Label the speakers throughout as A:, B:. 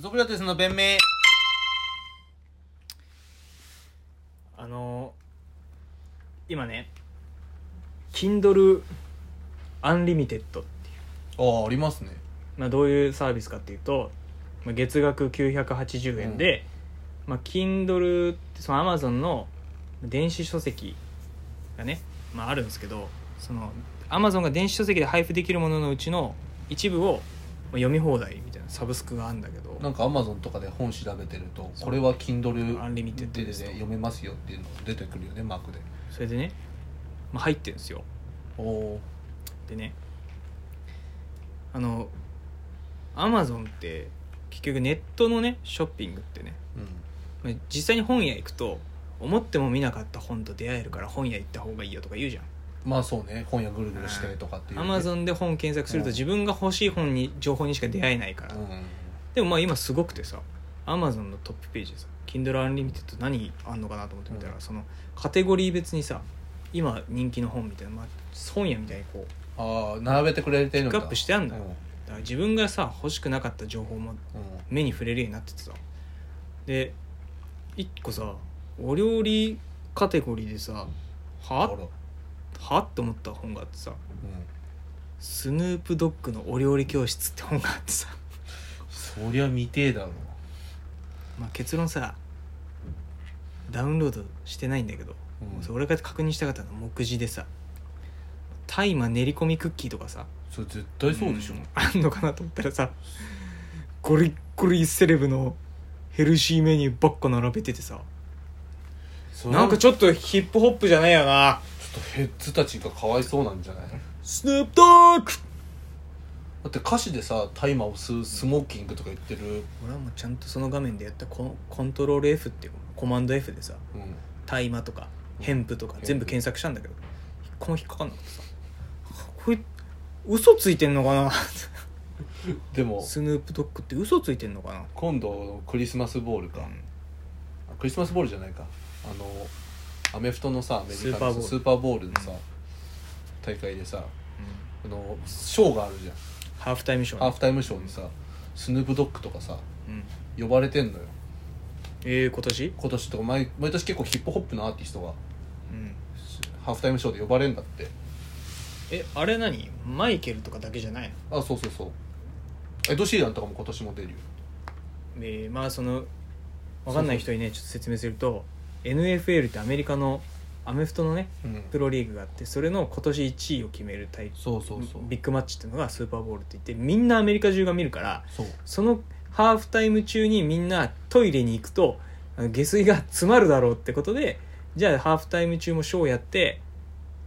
A: ソクラテスの弁明
B: あのー今ね Kindle Unlimited っていう、
A: ああありますね
B: まあ、どういうサービスかっていうと、まあ、月額980円で、まあ、Kindle ってその Amazon の電子書籍がね、まあ、あるんですけどその Amazon が電子書籍で配布できるもののうちの一部をまあ読み放題みたいなサブスクがあるんだけど
A: なんかアマゾンとかで本調べてると
B: そう
A: これは Kindle
B: アンリミテッド
A: で
B: で
A: です
B: と
A: 読めますよっていうのが出てくるよねマークで
B: それでね、まあ、入ってるんですよ
A: おお
B: でねあのアマゾンって結局ネットのねショッピングってね
A: うん
B: まあ実際に本屋行くと思っても見なかった本と出会えるから本屋行った方がいいよとか言うじゃん
A: まあそうね本屋ぐるぐるしてとかっていうね、
B: アマゾンで本検索すると
A: うん
B: 自分が欲しい本に情報にしか出会えないから、
A: うん
B: でもまあ今すごくてさアマゾンのトップページでさ Kindle Unlimited 何あんのかなと思ってみたら、
A: うん
B: そのカテゴリー別にさ今人気の本みたいな、まあ、本屋みたいにこう
A: ああ並べてくれてるんだ
B: ピックアップしてあんだよ
A: うん
B: だから自分がさ欲しくなかった情報も
A: うん
B: 目に触れるようになっててさで一個さお料理カテゴリーでさ
A: あ
B: は
A: ら
B: はって思った本があってさ「スヌープドッグのお料理教室」って本があってさ、
A: うん、そりゃ見てえだろ
B: まあ、結論さダウンロードしてないんだけど、
A: うん
B: もうそれ俺が確認したかったのは目次でさ大麻練り込みクッキーとかさ
A: それ絶対そうでしょ、
B: んあんのかなと思ったらさゴリッゴリセレブのヘルシーメニューばっか並べててさ
A: それは
B: なんかちょっとヒップホップじゃないよな
A: ちょっとヘッズたちがかわいそうなんじゃないだ
B: スヌープドッグ
A: って歌詞でさ大麻を吸うスモーキングとか言ってる、
B: 俺はもうちゃんとその画面でやったコンコントロール F っていうコマンド F でさ
A: うん、
B: 大麻とかヘンプとか全部検索したんだけど一個も引っかかんなくてさこれ嘘ついてんのかな
A: でも
B: スヌープドッグって嘘ついてんのかな
A: 今度のクリスマスボールか、クリスマスボールじゃないかあのアメフトのさアメリカのさ
B: ス
A: ス
B: ー
A: ーパーボールのさ大会でさあのショーがあるじゃん
B: ハーフタイムショー
A: ハー
B: ね
A: フタイムショーにさスヌープドッグとかさ
B: うん
A: 呼ばれてんのよ
B: えー今年
A: 今年とか毎毎年結構ヒップホップのアーティストが
B: うん
A: ハーフタイムショーで呼ばれんだって
B: えあれ何マイケルとかだけじゃないの
A: あそうそうそうエド・シーランとかも今年も出るよ
B: えーまあそのわかんない人にねちょっと説明すると NFL ってアメリカのアメフトのね
A: うん
B: プロリーグがあってそれの今年1位を決める大会
A: そうそうそう
B: ビッグマッチっていうのがスーパーボールって言ってみんなアメリカ中が見るから
A: そう
B: そのハーフタイム中にみんなトイレに行くとあの下水が詰まるだろうってことでじゃあハーフタイム中もショーやって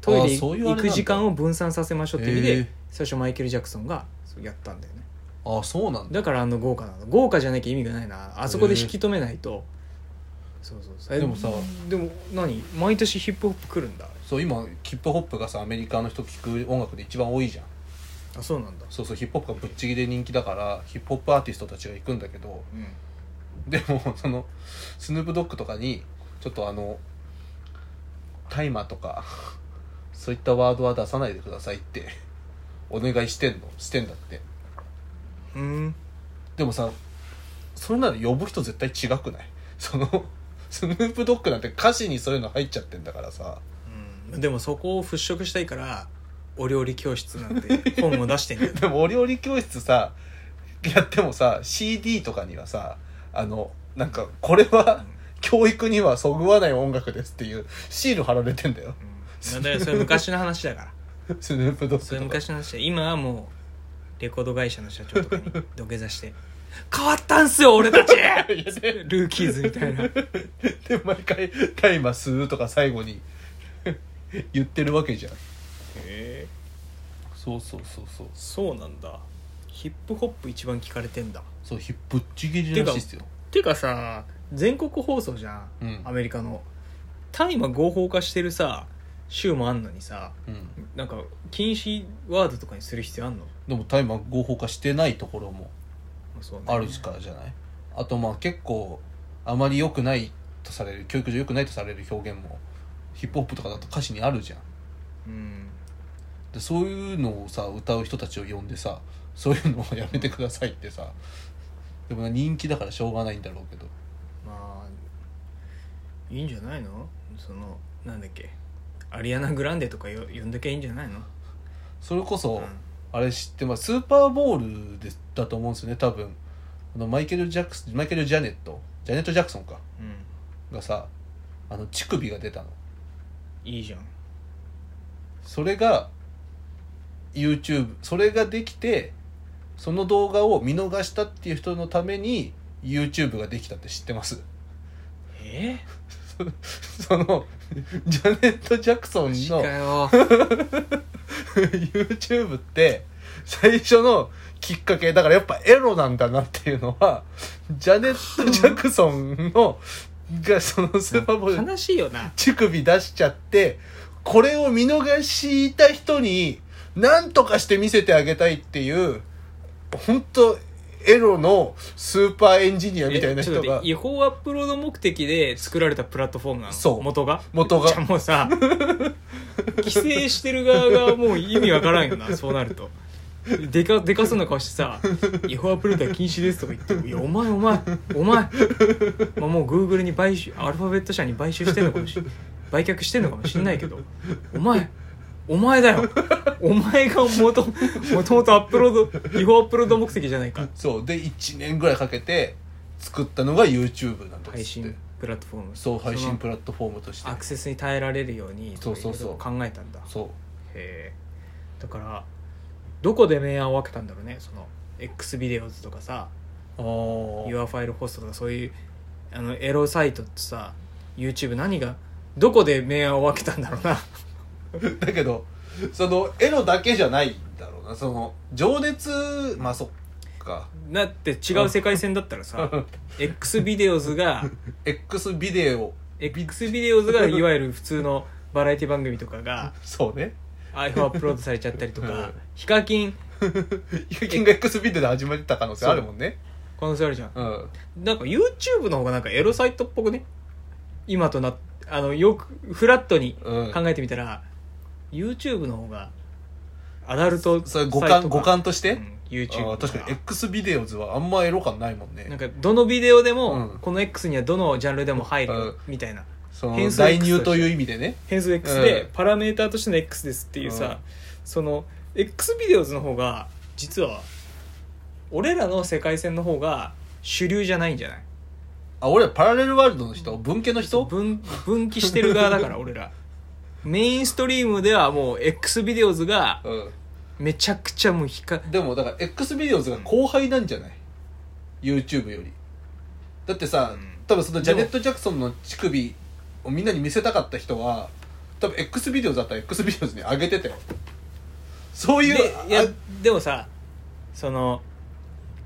B: トイレ
A: あーそういうあれな
B: 行
A: んだ
B: く時間を分散させましょうっていう意味
A: へ
B: で
A: ー
B: 最初マイケル・ジャクソンがそうやったんだよね
A: あそうなんだ
B: だからあの豪華なの豪華じゃなきゃ意味がないなあそこで引き止めないと、そうそうそうえ
A: でもさ
B: でも何毎年ヒップホップ来るんだ
A: そう今ヒップホップがさアメリカの人聞く音楽で一番多いじゃん
B: あそうなんだ
A: そうそうヒップホップがぶっちぎりで人気だからヒップホップアーティストたちが行くんだけど
B: うん
A: でも そのスヌープドッグとかにちょっとあの大麻とかそういったワードは出さないでくださいってお願いしてんのしてんだって
B: うん
A: でもさそれなら呼ぶ人絶対違くないそのスヌープドッグなんて歌詞にそういうの入っちゃってんだからさ
B: うんでもそこを払拭したいからお料理教室なん て本を出してんだ よ
A: でもお料理教室さやってもさ CD とかにはさあのなんかこれは教育にはそぐわない音楽ですっていうシール貼られてんだよ
B: うんだからそれ昔の話 だから
A: スヌープドッグとか
B: それ昔の話で今はもうレコード会社の社長とかに土下座して「変わったんすよ俺た ち!」ルーキーズみた い な
A: で毎回「大麻吸う」とか最後に言ってるわけじゃん
B: え
A: そうそうそうそう
B: そうなんだヒップホップ一番聞かれてんだ
A: そうひぶっちぎりらしいっすよ
B: ていうかさ全国放送じゃ
A: う
B: ん、
A: ん
B: アメリカの大麻合法化してるさ州もあんのにさ
A: うん
B: なんか禁止ワードとかにする必要あんの、ま
A: でも大麻合法化してないところも
B: あそうね
A: あるからじゃないあとまあ結構あまり良くないとされる教育上良くないとされる表現もヒップホップとかだと歌詞にあるじゃん
B: うん
A: でそういうのをさ歌う人たちを呼んでさそういうのをやめてくださいってさでもな人気だからしょうがないんだろうけど
B: まあいいんじゃないのそのなんだっけアリアナ・グランデとかよ呼んだきゃいいんじゃないの
A: それこそ、
B: うん
A: あれ知ってますスーパーボールでだと思うんですよね多分あのマイケル・ジャクスマイケル・ジャネットジャネット・ジャクソンか
B: うん
A: がさあの乳首が出たの
B: いいじゃん
A: それが YouTube それができてその動画を見逃したっていう人のために YouTube ができたって知ってます
B: え
A: そのジャネット・ジャクソン
B: ー、
A: の
B: か よ
A: YouTube って最初のきっかけだからやっぱエロなんだなっていうのはジャネット・ジャクソンのがそのスーパーボール
B: 悲しいよな
A: 乳首出しちゃってこれを見逃した人に何とかして見せてあげたいっていう本当エロのスーパーエンジニアみたいな
B: えちょ
A: 人
B: っと待っ
A: が
B: て違法アップロード目的で作られたプラットフォームなの
A: そう
B: 元が
A: 元が
B: じゃあもうさ規制してる側がもう意味わからんよなそうなるとでかでかそうな顔してさ「違法アップロードは禁止です」とか言って「いやお前お前お前、まあ、もうグーグルに買収アルファベット社に買収してんのかもし売却してんのかもしんないけどお前お前だよお前がもともともとアップロード違法アップロード目的じゃないか
A: そうで1年ぐらいかけて作ったのが YouTube なんだっ
B: 配
A: つっ
B: 信
A: て
B: プラットフォーム
A: そう配
B: そ
A: 信
B: の
A: プラットフォームとして
B: アクセスに耐えられるように
A: そうそうそう
B: とかいろいろ考えたんだ
A: そう
B: へえだからどこで明暗を分けたんだろうねその X ビデオズとかさ
A: あー
B: Your File Host とかそういうあのエロサイトってさ YouTube 何がどこで明暗を分けたんだろ うな
A: だけどそのエロだけじゃないんだろうなその情熱まあそっか
B: だって違う世界線だったらさ X ビデオ ズが
A: X ビデオ
B: X ビデオズがいわゆる普通のバラエティ番組とかが
A: そうね
B: iPhone アップロードされちゃったりと
A: う
B: か
A: ん
B: ヒカキン
A: ユキンが X ビデオで始まった可能性あるもんね
B: 可能性あるじゃん
A: うん
B: なんか YouTube の方がなんかエロサイトっぽくね今となっあのよくフラットに
A: うん
B: 考えてみたら、YouTube の方がアダルト
A: それ五感
B: サイトが
A: 五感として、
B: うん、YouTube
A: あ
B: の
A: あ
B: 方が
A: 確かに X ビデオズはあんまエロ感ないもん
B: な
A: ね
B: んかどのビデオでも、
A: うん
B: この X にはどのジャンルでも入るよみたいな
A: その
B: 変数
A: 代入という意味でね
B: 変数 X で、
A: うん
B: パラメーターとしての X ですっていうさ、その X ビデオズの方が実は俺らの世界線の方が主流じゃないんじゃない
A: あ俺パラレルワールドの人文系の人
B: 分分岐してる側だから 俺らメインストリームではもう X ビデオズが
A: う
B: めちゃくちゃもうひか
A: んでもだから X ビデオズが後輩なんじゃない YouTube よりだってさ、
B: うん
A: 多分そのジャネット・ジャクソンの乳首をみんなに見せたかった人は多分 X ビデオズだったら X ビデオズに上げてたよそういう
B: でいや
A: あ
B: でもさその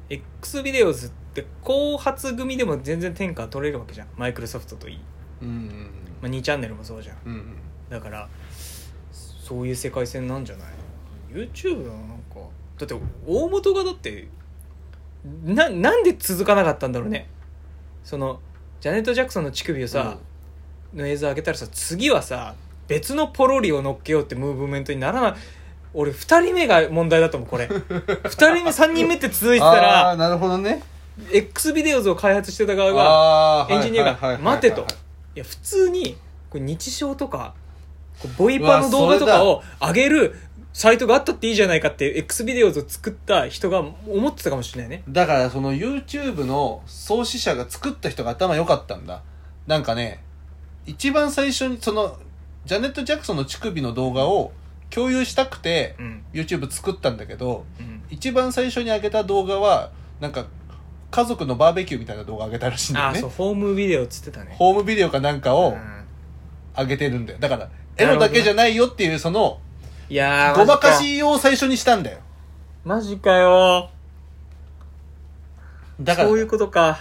B: X ビデオズって後発組でも全然天下取れるわけじゃんマイクロソフトといい、
A: うん
B: まあ、2チャンネルもそうじゃん
A: うんうんうん
B: だからそういう世界線なんじゃない YouTube のなんかだって大元がだってななんで続かなかったんだろうねそのジャネット・ジャクソンの乳首をさ、の映像上げたらさ次はさ別のポロリを乗っけようってムーブメントにならない俺2人目が問題だと思うこれ2 人目3人目って続いてた
A: あー
B: ら
A: なるほどね
B: X ビデオズを開発してた側が
A: あー
B: エンジニア
A: はいはい
B: が
A: は
B: 「
A: いはい
B: 待て」といや普通にこう日常とかこうボイパーの動画とか
A: う
B: を上げるサイトがあったっていいじゃないかっていう X ビデオズを作った人が思ってたかもしれないね
A: だからその YouTube の創始者が作った人が頭良かったんだなんかね一番最初にそのジャネット・ジャクソンの乳首の動画を共有したくて
B: うん、
A: YouTube 作ったんだけど
B: うん、
A: 一番最初に上げた動画はなんか家族のバーベキューみたいな動画上げたらしいんだ
B: あ
A: よ
B: あ
A: ね
B: そうホームビデオっつってたね
A: ホームビデオかなんか
B: う
A: を
B: ん
A: 上げてるんだよだからエ
B: なる
A: ロ
B: ほどね
A: だけじゃないよっていうその
B: いやー
A: ごまか
B: マジ
A: しを最初にしたんだよ
B: マジかよ
A: だから
B: そういうことか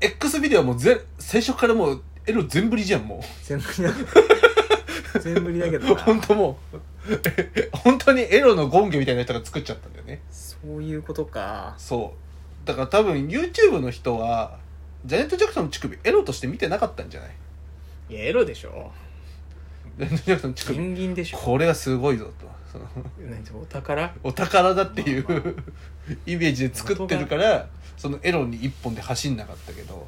A: X ビデオはもうぜ最初からもうエロ全振りじゃんもう
B: 全振り だ全振りだけどな
A: 本当もう 本当にエロの権化みたいな人が作っちゃったんだよね
B: そういうことか
A: そうだから多分 YouTube の人はジャネット・ジャクソンの乳首エロとして見てなかったんじゃない
B: いやエロでしょ
A: ジャネット・ジャクソンの乳
B: ギ
A: 首
B: ンギンでしょ
A: これはすごいぞとその
B: 何お宝
A: お宝だっていう、イメージで作ってるからそのエロに一本で走んなかったけど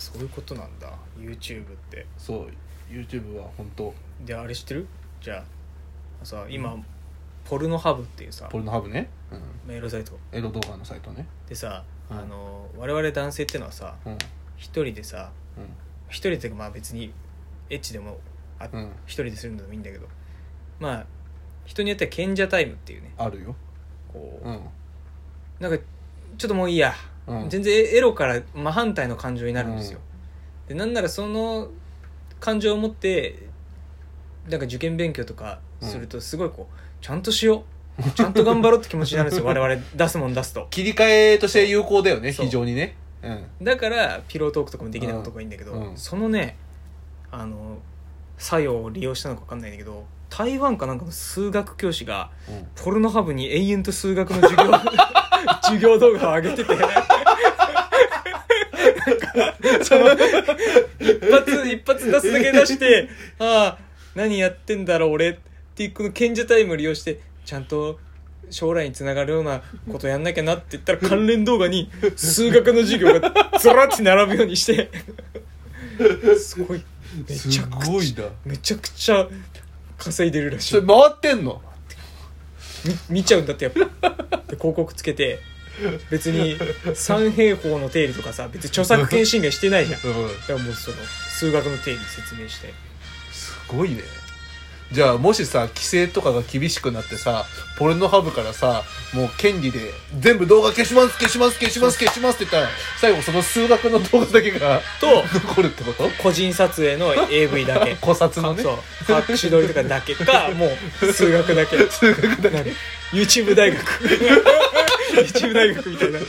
B: そういうことなんだ YouTube って
A: そう YouTube は本当
B: であれ知ってるじゃあさ今、ポルノハブっていうさ
A: ポルノハブね、うん、
B: メールサイト
A: エロ動画のサイトね
B: でさ、
A: うん
B: あの我々男性ってのはさ
A: うん
B: 一人でさ一人っていうかまあ別にエッチでもあ
A: うんうん
B: 一人でするのでもいいんだけどまあ人によっては賢者タイムっていうね
A: あるよ
B: こう、
A: うん
B: なんかちょっともういいや、
A: うん
B: 全然エロから真反対の感情になるんですよ、でなんならその感情を持ってなんか受験勉強とかするとすごいこうちゃんとしようちゃんと頑張ろうって気持ちになる んですよ我々出すもん出すと
A: 切り替えとして有効だよね
B: そう
A: 非常にねうん
B: だからピロートークとかもできない男がいいんだけど、
A: うん
B: そのねあの作用を利用したのか分かんないんだけど台湾かなんかの数学教師が
A: うん
B: ポルノハブに永遠と数学の授業 授業動画を上げてて なんかその一発一発出すだけ 出して「ああ何やってんだろう俺」っていうこの賢者タイムを利用してちゃんと将来につながるようなことやんなきゃなって言ったら関連動画に数学の授業がずらって並ぶようにして すごいめち
A: す
B: ゃく
A: ご
B: ち
A: いな
B: ゃめちゃくちゃ稼いでるらしい
A: それ回ってんの
B: 見見ちゃうんだってやっぱで広告つけて別に三平方の定理とかさ別に著作権侵害してないじゃんだからもうその数学の定理説明して
A: すごいねじゃあもしさ規制とかが厳しくなってさポルノハブからさもう権利で全部動画消します消します消します消しますって言ったら最後その数学の動画だけが
B: と
A: 残るってこと
B: 個人撮影の AV だけ
A: 古刹のね
B: そう隠し撮りとかだけかもう数学だけ
A: 数学だけ
B: なんか YouTube 大学 YouTube 大学みたいな